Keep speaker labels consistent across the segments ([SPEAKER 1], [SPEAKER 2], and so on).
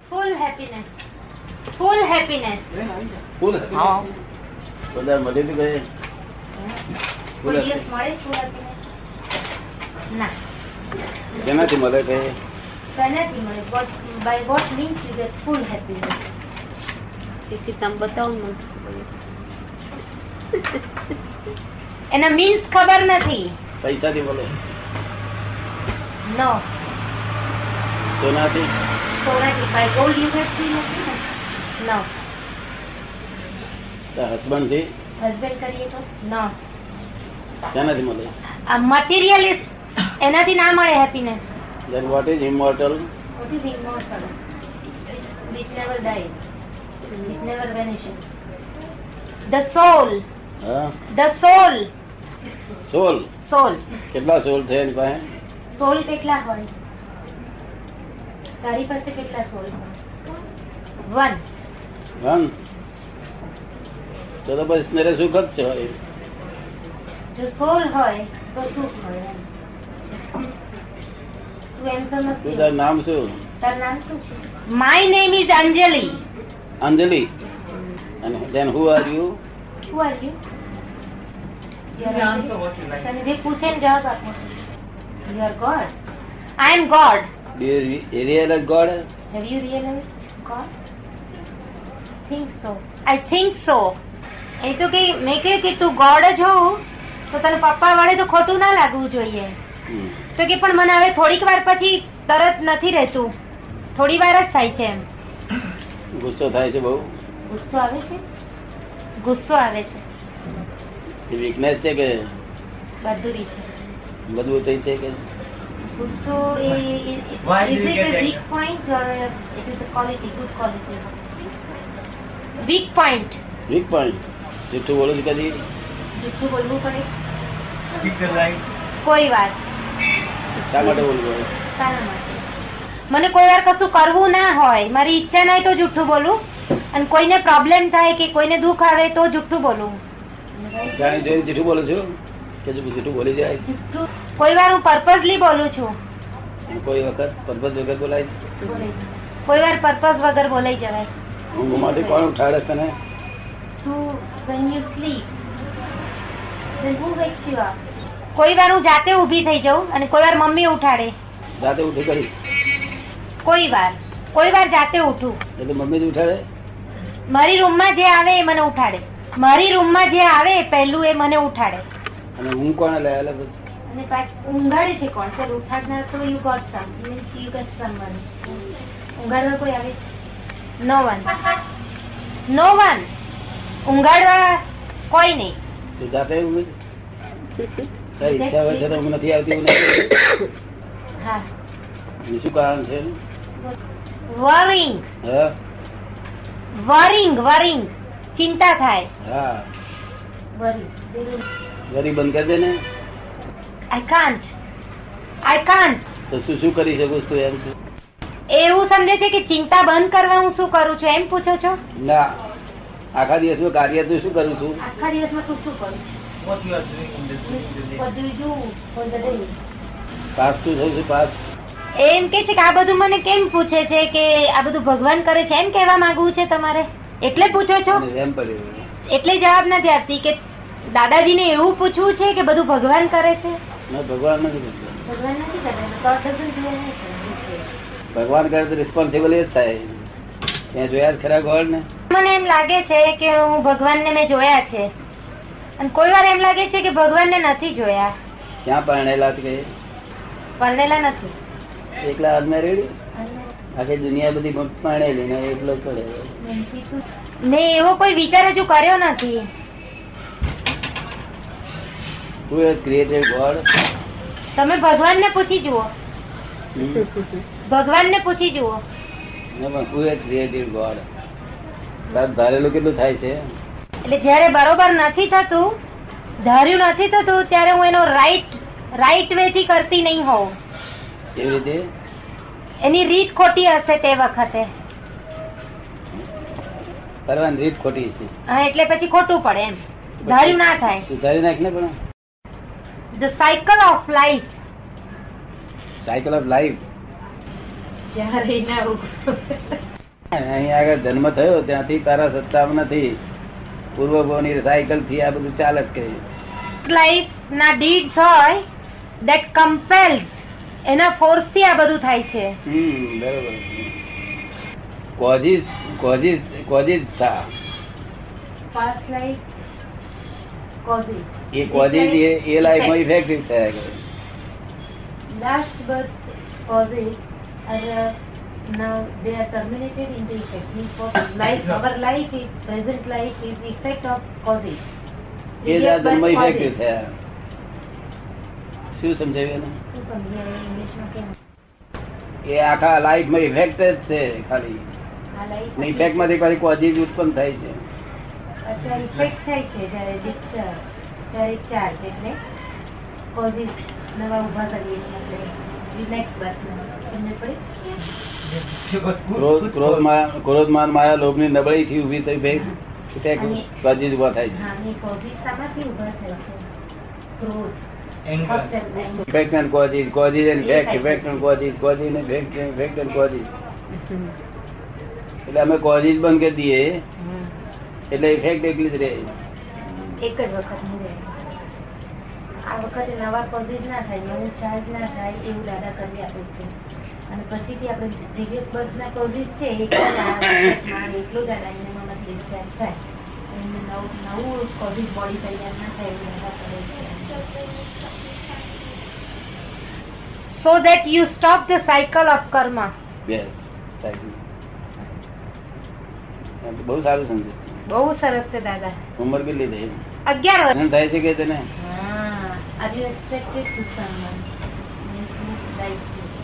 [SPEAKER 1] Happiness full happiness
[SPEAKER 2] full happiness.
[SPEAKER 3] હા.
[SPEAKER 2] બધા મળે બી ગયે Full
[SPEAKER 1] કોઈ દિવસ
[SPEAKER 2] happiness.
[SPEAKER 1] મળે ફૂલ હેપીનેસ ના
[SPEAKER 2] જેનાથી મળે ગયે
[SPEAKER 1] તેનાથી મળે what by what means you get full happiness
[SPEAKER 4] તેથી તમે બતાવો ને
[SPEAKER 1] એના મીન્સ ખબર નથી
[SPEAKER 2] પૈસાથી મળે
[SPEAKER 1] નો
[SPEAKER 2] સોનાથી
[SPEAKER 1] સોનાથી by gold you get full no
[SPEAKER 2] husband થી
[SPEAKER 1] હસબન્ડ કરીએ તો નો
[SPEAKER 2] શેનાથી મળે
[SPEAKER 1] આ મટીરિયલિસ્ટ એનાથી ના મળે happiness
[SPEAKER 2] then what is immortal
[SPEAKER 1] What is immortal? Which never dies. It never vanishes. The soul.
[SPEAKER 2] હા
[SPEAKER 1] The soul.
[SPEAKER 2] Soul
[SPEAKER 1] Soul.
[SPEAKER 2] કેટલા સોલ છે એની પાસે
[SPEAKER 1] સોલ કેટલા હોય તારી પાસે કેટલા સોલ વન
[SPEAKER 2] વન તો તો બસ નરે સુખ જ છે વળી.
[SPEAKER 1] જો સોલ હોય તો સુખ હોય એમ. તું એમ તો
[SPEAKER 2] તું તારું
[SPEAKER 1] નથી
[SPEAKER 2] નામ શું
[SPEAKER 1] તારું નામ શું છે my name is Anjali
[SPEAKER 2] Anjali અને then who are you
[SPEAKER 1] Who are you? You are answer what you like. તને જે પૂછે ને જવાબ આપો. You are God. I am God.
[SPEAKER 2] Do you realize God?
[SPEAKER 1] Have you realized God? Think so. I think so. એ તો કે મેં કહ્યું કે તું ગોડ જ હોઉં તો તને પપ્પા વડે તો ખોટું ના લાગવું જોઈએ
[SPEAKER 2] હમ.
[SPEAKER 1] તો કે પણ મને હવે થોડીક વાર પછી તરત નથી રહેતું થોડી વાર જ થાય છે એમ
[SPEAKER 2] ગુસ્સો થાય છે બહુ
[SPEAKER 1] ગુસ્સો આવે છે ગુસ્સો આવે છે
[SPEAKER 2] એ વીકનેસ છે કે
[SPEAKER 1] બહાદુરી છે
[SPEAKER 2] મજબૂતી છે કે
[SPEAKER 1] ગુસ્સો એ એ-
[SPEAKER 3] Why do
[SPEAKER 1] is
[SPEAKER 3] you
[SPEAKER 1] it a
[SPEAKER 3] get angry?
[SPEAKER 1] weak point or a- it is a quality good quality weak point
[SPEAKER 2] weak point જૂઠું બોલું છું કદી
[SPEAKER 1] જૂઠું બોલવું પડે
[SPEAKER 3] Keep the light.
[SPEAKER 1] કોઈ વાત
[SPEAKER 2] શા માટે બોલવું પડે?
[SPEAKER 1] શાના માટે મને કોઈ વાર કશું કરવું ના હોય મારી ઈચ્છા ના હોય તો જૂઠું બોલું અને કોઈને પ્રોબ્લેમ થાય કે કોઈને દુઃખ આવે તો જૂઠું બોલવું
[SPEAKER 2] જાણી જોઈને જૂઠું બોલું છું કે જો જૂઠું બોલી જાય છે?
[SPEAKER 1] જૂઠું કોઈ વાર હું પર્પઝલી બોલું છું
[SPEAKER 2] અને કોઈ વખત પરબત વગર બોલાય છે
[SPEAKER 1] કોઈ વાર પર્પઝ વગર બોલાઈ જવાય
[SPEAKER 2] ઊંઘમાંથી કોણ ઉઠાડે તને
[SPEAKER 1] to when you sleep then who wakes you up કોઈ વાર હું જાતે ઊભી થઈ જાઉં અને કોઈ વાર મમ્મી ઉઠાડે
[SPEAKER 2] રાતે ઉઠી કરી
[SPEAKER 1] કોઈ વાર કોઈ વાર જાતે ઉઠું
[SPEAKER 2] એટલે મમ્મી જ ઉઠાડે
[SPEAKER 1] મારી રૂમમાં જે આવે એ મને ઉઠાડે મારી રૂમમાં જે આવે એ પહેલું એ મને ઉઠાડે
[SPEAKER 2] અને હું કોને લઈ આલે પછી
[SPEAKER 1] અને પાછ- ઊંઘાડે છે કોણ સર ઉઠાડનાર તો you got some means you get someone ઊંઘાડવા કોઈ આવે નો વન નો વન ઊંઘાડવા કોઈ નહીં
[SPEAKER 2] તું જાતે ઊંઘ તારી ઈચ્છા હોય છતાં ઊંઘ નથી આવતી એવું નથી
[SPEAKER 1] હા
[SPEAKER 2] એનું શું કારણ છે
[SPEAKER 1] વરિંગ
[SPEAKER 2] હા
[SPEAKER 1] વરિંગ વરિંગ ચિંતા થાય
[SPEAKER 2] હા
[SPEAKER 1] વરિંગ
[SPEAKER 2] ગરીબ બંધ કરી દે ને
[SPEAKER 1] આઈ કાન્ટ આઈ કાન્ટ
[SPEAKER 2] તો શું શું કરી શકું છું તું એમ છું
[SPEAKER 1] એવું સમજે છે કે ચિંતા બંધ કરવા હું શું કરું છું એમ પૂછો છો
[SPEAKER 2] ના આખા દિવસનું કાર્ય તું શું કરું છું
[SPEAKER 1] આખા દિવસમાં તું શું કરું
[SPEAKER 3] What you are doing in the in the day.
[SPEAKER 1] What do you do for the day?
[SPEAKER 2] Pass તું થયું છું પાસ
[SPEAKER 1] એમ કે છે કે આ બધું મને કેમ પૂછે છે કે આ બધું ભગવાન કરે છે એમ કહેવા માંગવું છે તમારે એટલે પૂછો છો
[SPEAKER 2] અને એમ પડ્યું
[SPEAKER 1] એટલે જવાબ નથી આપતી કે દાદાજીને એવું પૂછવું છે કે બધું ભગવાન કરે છે
[SPEAKER 2] ના, ભગવાન નથી કરતો.
[SPEAKER 1] ભગવાન નથી કરે
[SPEAKER 2] ભગવાન કરે તો રિસ્પોન્સિબલ એ જ થાય ત્યાં જોયા જ ખરા ગોળ ને
[SPEAKER 1] મને એમ લાગે છે કે હું ભગવાનને મેં જોયા છે અને કોઈ વાર એમ લાગે છે કે ભગવાનને નથી જોયા
[SPEAKER 2] ક્યાં પરણેલા કે
[SPEAKER 1] પરણેલા નથી
[SPEAKER 2] એકલા અનમેરિડ આખી દુનિયા બધી પરણેલી ને એકલો જ પડે
[SPEAKER 1] મેં એવો કોઈ વિચાર હજુ કર્યો નથી
[SPEAKER 2] હુ હેઝ ક્રિએટેડ ગોડ
[SPEAKER 1] તમે ભગવાનને પૂછી જુઓ ભગવાનને પૂછી જુઓ
[SPEAKER 2] હુ હેઝ ક્રિએટેડ ગોડ ધારેલું કેટલું થાય છે
[SPEAKER 1] એટલે જ્યારે બરોબર નથી થતું ધાર્યું નથી થતું ત્યારે હું એનો રાઈટ રાઈટ વે થી કરતી નહીં હોઉં
[SPEAKER 2] કેવી રીતે
[SPEAKER 1] એની રીત ખોટી હશે તે વખતે
[SPEAKER 2] કરવાની રીત ખોટી છે
[SPEAKER 1] હા, એટલે પછી ખોટું પડે એમ ધાર્યું ના થાય
[SPEAKER 2] સુધારી નાખ ને પણ
[SPEAKER 1] the cycle of life
[SPEAKER 2] cycle of life અહીં આગળ જન્મ થયો ત્યાંથી તારા સત્તામાં નથી પૂર્વભવની સાયકલ થી આ બધું ચાલે જ કે
[SPEAKER 1] લાઈફ ના deeds હોય that compels એના force થી આ બધું થાય છે
[SPEAKER 2] હમ બરોબર કોઝિસ કોઝિસ કોઝિસ થા
[SPEAKER 1] past life causes
[SPEAKER 2] એ કોઝિસ એ એ લાઈફમાં ઇફેક્ટિવ થયા કરે
[SPEAKER 1] last birth causes are now they are terminated into effect means for life our life is present life is the effect of causes
[SPEAKER 2] એ જ આ
[SPEAKER 1] Previous
[SPEAKER 2] જન્મ
[SPEAKER 1] birth
[SPEAKER 2] ઇફેક્ટિવ
[SPEAKER 1] causes.
[SPEAKER 2] થયા શું સમજાવ્યું એને?
[SPEAKER 1] શું સમજાય ઇંગ્લિશમાં કેમ
[SPEAKER 2] એ આખા લાઈફમાં ઇફેક્ટ જ છે ખાલી
[SPEAKER 1] આ લાઈફ
[SPEAKER 2] ને ઇફેક્ટ માંથી પાછી કોઝિસ ઉત્પન્ન થાય છે
[SPEAKER 1] અત્યારે ઇફેક્ટ થાય છે જ્યારે discharge ત્યારે charge એટલે causes નવા ઊભા કરીએ છીએ આપણે નેક્સ્ટ બસમાં તમને પડી
[SPEAKER 2] ક્રોધ ક્રોધ માયા ક્રોધ માન માયા લોભની નબળી થી ઉભી થઈ ભેગ ઇફેક્ટ
[SPEAKER 1] અને-
[SPEAKER 2] કોઝિસ ઉભા થાય છે
[SPEAKER 1] હા ને causes શામાંથી ઊભા થાય છે ક્રોધ husband,
[SPEAKER 2] effect and causes causes and effect
[SPEAKER 1] Effect.
[SPEAKER 2] Effect and causes causes and effect effect and causes એટલે અમે કોઝિસ બંધ કરી દઈએ એટલે ઇફેક્ટ એકલી જ રહે
[SPEAKER 1] એક જ વખત નહીં રહે આ વખતે નવા કોઝિસ ના થાય નવું ચાર્જ ના થાય એવું દાદા કરી આપે છે અને પછીથી આપણે પ્રિવિયસ બર્થના કોઝિસ છે એ એકલા જ આ વખતમાં એકલું દાદા એને મનમાં discharge થાય એમને નવું નવું કોઝિસ બોડી તૈયાર ના થાય એવું દાદા કરે છે so that you stop the cycle of karma
[SPEAKER 2] બેસ સાચું એમ તો બહુ સારું સમજે છે
[SPEAKER 1] બહુ સરસ છે દાદા
[SPEAKER 2] ઉંમર કેટલી થઈ
[SPEAKER 1] અગિયાર
[SPEAKER 2] એમ થાય છે કે તને
[SPEAKER 1] Ah, are you attracted to someone? Means you like you.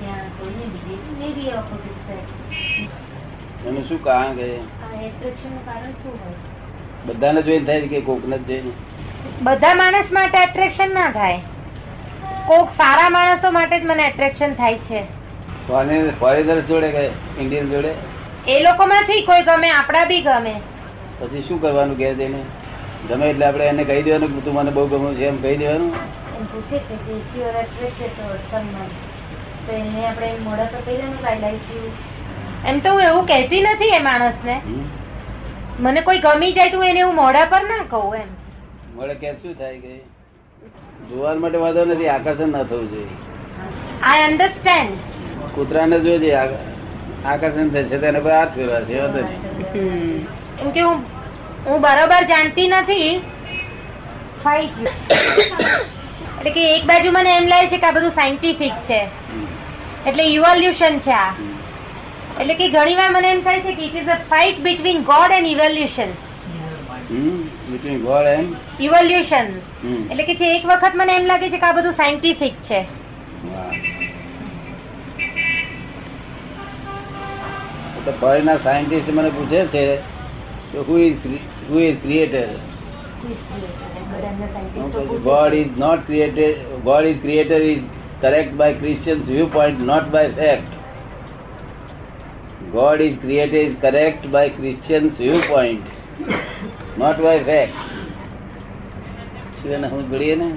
[SPEAKER 1] ત્યાં કોઈને બીજી maybe opposite sex.
[SPEAKER 2] એનું શું કારણ કે
[SPEAKER 1] આ "Ah, attraction નું કારણ શું હોય?
[SPEAKER 2] બધાને જોઈને થાય છે કે કોકને જ જોઈને
[SPEAKER 1] બધા માણસ માટે એટ્રેક્શન ના થાય કોક સારા માણસો માટે જ મને એટ્રેક્શન થાય છે
[SPEAKER 2] ફોરેનર ફોરેનર જોડે કે ઇન્ડિયન જોડે
[SPEAKER 1] એ લોકોમાંથી કોઈ ગમે આપણા બી ગમે
[SPEAKER 2] પછી શું કરવાનું કે તેને ગમે એટલે આપણે એને કહી દેવાનું કે તું મને બહુ ગમ્યું છે એમ કહી દેવાનું
[SPEAKER 1] એમ પૂછે છે કે if you are attracted towards someone, તો એને આપણે મોડા તો કહી દેવાનું કે I like you. એમ તો હું એવું કહેતી નથી એ માણસને
[SPEAKER 2] હમ?
[SPEAKER 1] મને કોઈ ગમી જાય તો હું એને હું મોઢા પર ના કહું એમ
[SPEAKER 2] મળે કે શું થાય કે જોવા માટે વાંધો નથી આકર્ષણ ના થવું જોઈએ
[SPEAKER 1] આઈ અન્ડરસ્ટેન્ડ
[SPEAKER 2] કૂતરાને જોજે આ- આકર્ષણ થશે તેના પર હાથ ફેરવાશે વાંધો નહીં
[SPEAKER 1] એમ કે Hmm. હું હું બરોબર જાણતી નથી ફાઈટ એટલે કે એક બાજુ મને એમ લાગે છે કે આ બધું સાયન્ટિફિક છે
[SPEAKER 2] હમ.
[SPEAKER 1] એટલે ઇવોલ્યુશન છે આ
[SPEAKER 2] હમ.
[SPEAKER 1] એટલે કે ઘણી વાર મને એમ થાય છે કે it is a fight between God and evolution
[SPEAKER 2] hmm Between God and-
[SPEAKER 1] evolution
[SPEAKER 2] hmm.
[SPEAKER 1] એટલે કે છે એક વખત મને એમ લાગે છે કે આ બધું સાયન્ટિફિક છે
[SPEAKER 2] વાહ. એ તો ફોરેનના સાયન્ટિસ્ટ મને પૂછે છે કે who is who is creator God is not created God is creator is correct by Christians view point not by fact God is created is correct by Christians view point not by fact શું એને સમજડીએ ને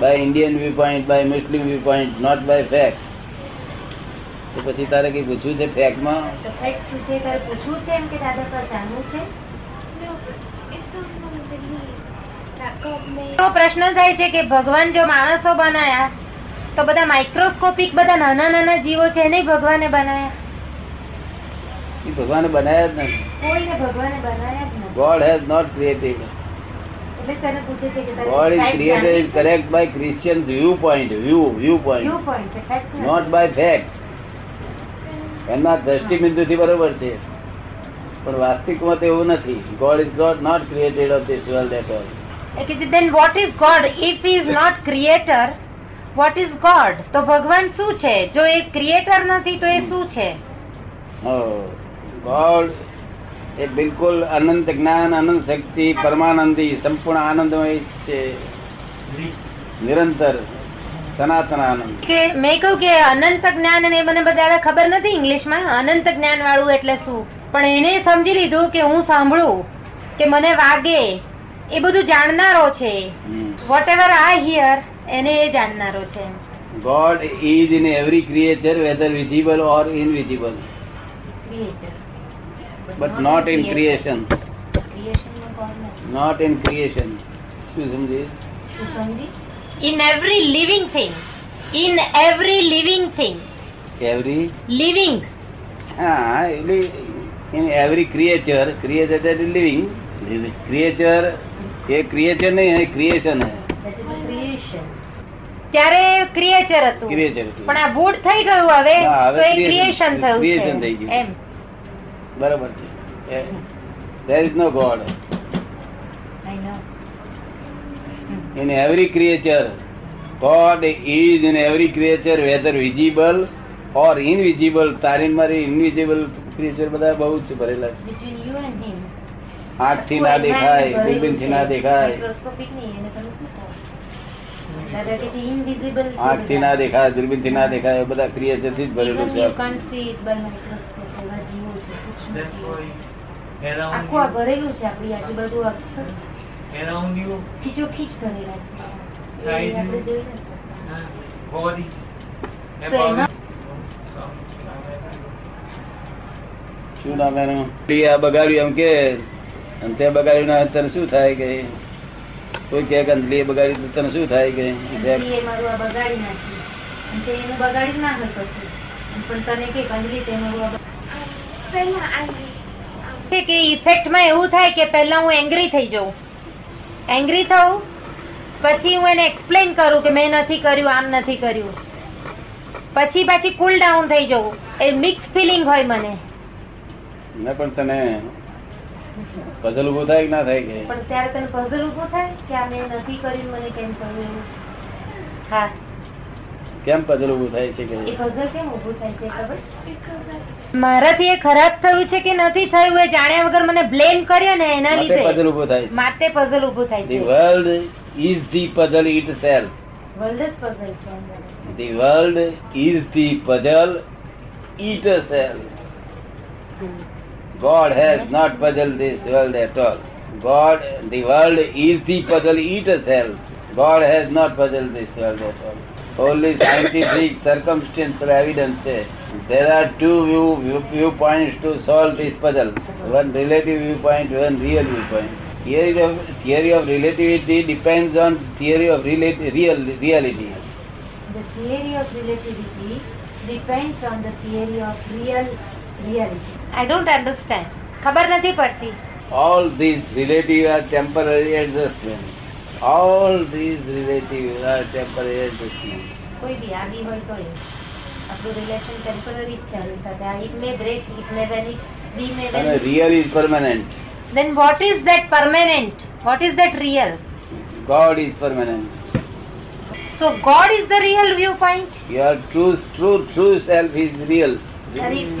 [SPEAKER 2] by Indian view point by Muslim view point not by fact તો પછી તારે કઈ પૂછ્યું છે ફેક્ટમાં
[SPEAKER 1] તો ફેક્ટ શું છે તારે પૂછવું છે એમ કે દાદા પર જાણવું છે એવો પ્રશ્ન થાય છે કે ભગવાન જો માણસો બનાયા તો બધા માઇક્રોસ્કોપિક બધા નાના નાના જીવો છે એને ભગવાને બનાયા
[SPEAKER 2] એ ભગવાને બનાવ્યા જ નથી
[SPEAKER 1] કોઈને ભગવાને બનાયા જ નથી
[SPEAKER 2] ગોડ હેઝ નોટ ક્રિએટેડ
[SPEAKER 1] એટલે તેને પૂછે છે કે
[SPEAKER 2] God is created is correct by Christians view point view view point not by fact એમના દ્રષ્ટિબિંદુ થી બરોબર છે પણ વાસ્તવિકમાં તો એવું નથી God is God not created of this world at all
[SPEAKER 1] then what is God if is not creator what is God તો ભગવાન શું છે જો એ ક્રિએટર નથી તો એ શું છે
[SPEAKER 2] ગોડ એ બિલકુલ અનંત જ્ઞાન અનંત શક્તિ પરમાનંદી સંપૂર્ણ આનંદમય છે નિરંતર સનાતન આનંદ
[SPEAKER 1] કે મેં કહ્યું કે અનંત જ્ઞાન અને એ મને બધા ખબર નથી ઇંગ્લિશમાં અનંત જ્ઞાન વાળું એટલે શું પણ એને સમજી લીધું કે હું સાંભળું કે મને વાગે એ બધું જાણનારો છે
[SPEAKER 2] hmm.
[SPEAKER 1] Whatever I hear એને એ જાણનારો છે
[SPEAKER 2] God is in every creature, whether visible or invisible,
[SPEAKER 1] Creator.
[SPEAKER 2] but not in creation.
[SPEAKER 1] Creation માં God નથી.
[SPEAKER 2] Not in creation. શું સમજે?
[SPEAKER 1] શું સમજી?
[SPEAKER 5] in every living thing in every living thing
[SPEAKER 2] Every
[SPEAKER 5] living
[SPEAKER 2] હા એટલે in every creature, creature that is living, creature એ creature નહીં એ ક્રિએશન હે
[SPEAKER 1] That is creation.
[SPEAKER 5] ત્યારે ક્રિએચર હતું
[SPEAKER 2] ક્રિએચર
[SPEAKER 5] પણ આ વૂડ થઈ ગયું હવે
[SPEAKER 2] હા, હવે
[SPEAKER 5] તો એ
[SPEAKER 2] creation.
[SPEAKER 5] ક્રિએશન થયું
[SPEAKER 2] Creation થઈ
[SPEAKER 5] છે
[SPEAKER 2] ગયું.
[SPEAKER 5] એમ
[SPEAKER 2] બરાબર છે there is no God
[SPEAKER 1] I know.
[SPEAKER 2] in every creature. God is in every creature, whether visible or invisible. તારી ને મારી invisible creature બધા બહુ જ ભરેલા છે.
[SPEAKER 1] Between you and him.
[SPEAKER 2] આંખ થી ના દેખાય, દૂરબીન થી ના દેખાય,
[SPEAKER 1] Microscopic નહીં, એને તમે શું કહો? દાદા કે જે invisible છે
[SPEAKER 2] આંખ થી ના દેખાય, દૂરબીન થી ના દેખાય, એ બધા creature થી જ ભરેલું
[SPEAKER 1] Even
[SPEAKER 2] છે.
[SPEAKER 1] you can't see it by microscope, એવા જીવો છે, સૂક્ષ્મ
[SPEAKER 3] That's
[SPEAKER 1] જીવો.
[SPEAKER 3] why around
[SPEAKER 1] આખું આ
[SPEAKER 3] you-
[SPEAKER 1] ભરેલું છે આપણી આજુબાજુ આખું
[SPEAKER 3] around you,
[SPEAKER 1] ખીચોખીચ ભરેલા છે એ
[SPEAKER 3] Side.
[SPEAKER 1] આપણે જોઈ નથી શકતા.
[SPEAKER 3] uh, body,
[SPEAKER 1] So
[SPEAKER 3] about
[SPEAKER 1] એમાં-
[SPEAKER 3] it.
[SPEAKER 2] શું નામ એનું? એ આ બગાડ્યું એમ કે અને તે બગાડ્યું ના તને શું થાય કે કોઈ કહે કે અંધલી એ બગાડ્યું તો તને શું થાય કે
[SPEAKER 1] અંજલી એ મારું આ બગાડી નાખ્યું અને તે એનું બગાડી ના હોય કશું. પણ તને કે અંજલી તે મારું આ બગાડી
[SPEAKER 5] કે કે ઇફેક્ટમાં એવું થાય કે પહેલા હું એંગ્રી થઈ જાઉં એંગ્રી થવું પછી હું એને એક્સપ્લેન કરું કે મેં નથી કર્યું આમ નથી કર્યું પછી પાછી કુલ ડાઉન થઈ જવું એ મિક્સ ફિલિંગ હોય મને
[SPEAKER 2] ના પણ તને પઝલ ઉભું થાય કે ના થાય કે
[SPEAKER 1] પણ ત્યારે તને puzzle ઊભું થાય કે આ મેં નથી કર્યું મને કેમ થયું એવું?
[SPEAKER 5] હા
[SPEAKER 2] કેમ પઝલ ઉભું થાય છે કે
[SPEAKER 1] એ puzzle કેમ ઊભું થાય છે ખબર
[SPEAKER 5] મારાથી એ ખરાબ થયું છે કે નથી થયું એ જાણ્યા વગર મને બ્લેમ કર્યો ને એના
[SPEAKER 2] માટે
[SPEAKER 5] લીધે
[SPEAKER 2] puzzle ઊભો થાય છે
[SPEAKER 5] માટે પઝલ ઉભું થાય
[SPEAKER 2] The
[SPEAKER 5] છે
[SPEAKER 2] world is the puzzle itself.
[SPEAKER 1] World જ puzzle છે અંદર.
[SPEAKER 2] The world is the puzzle itself. God has not puzzled this world at all. God, the world is the puzzle itself. God has not puzzled this world at all. Only scientific circumstantial evidence છે. There are two view, view, viewpoints to solve this puzzle. One relative viewpoint, one real viewpoint. Theory of, theory of relativity depends on theory of relati- real, reality.
[SPEAKER 1] The theory of relativity depends on the theory of real reality.
[SPEAKER 5] I don't understand ખબર નથી પડતી
[SPEAKER 2] All these relative are temporary adjustments. All these relative are temporary adjustments.
[SPEAKER 1] કોઈ બી આવી હોય તો આપણું relation temporary જ છે આની સાથે આ it may break, it may vanish, we may
[SPEAKER 2] અને
[SPEAKER 1] vanish.
[SPEAKER 2] Real is permanent
[SPEAKER 5] then what is that permanent what is that real
[SPEAKER 2] God is permanent
[SPEAKER 5] so god is the real viewpoint
[SPEAKER 2] your true true true self is real
[SPEAKER 1] તારી true-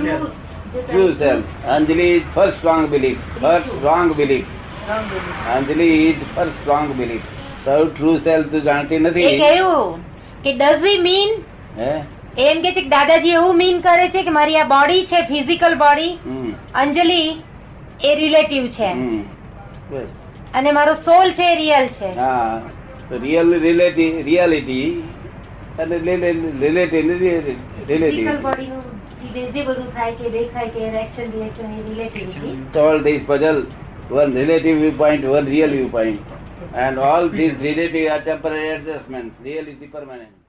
[SPEAKER 1] જે
[SPEAKER 2] true
[SPEAKER 1] તારી
[SPEAKER 2] self Anjali is first strong belief first strong belief
[SPEAKER 1] wrong belief.
[SPEAKER 2] Anjali is first strong belief તારું true self તું જાણતી
[SPEAKER 5] એ
[SPEAKER 2] નથી
[SPEAKER 5] કહ્યું કે does he mean
[SPEAKER 2] હે
[SPEAKER 5] એમ કે છે કે દાદાજી એવું મીન કરે છે કે મારી આ બોડી છે ફિઝિકલ બોડી
[SPEAKER 2] હમ
[SPEAKER 5] અંજલિ એ રિલેટિવ છે
[SPEAKER 2] હમ બસ
[SPEAKER 5] અને મારો સોલ છે એ રિયલ છે
[SPEAKER 2] હા તો રિયલ રિલેટી રિયાલિટી અને રિલેટિવ
[SPEAKER 1] Physical
[SPEAKER 2] રિલેટિવ
[SPEAKER 1] body નું જે- જે બધું થાય કે દેખાય કે reaction, reaction A relativity.
[SPEAKER 2] all these puzzle, one relative viewpoint, one real viewpoint. And all these relative are temporary adjustments, real is the permanent.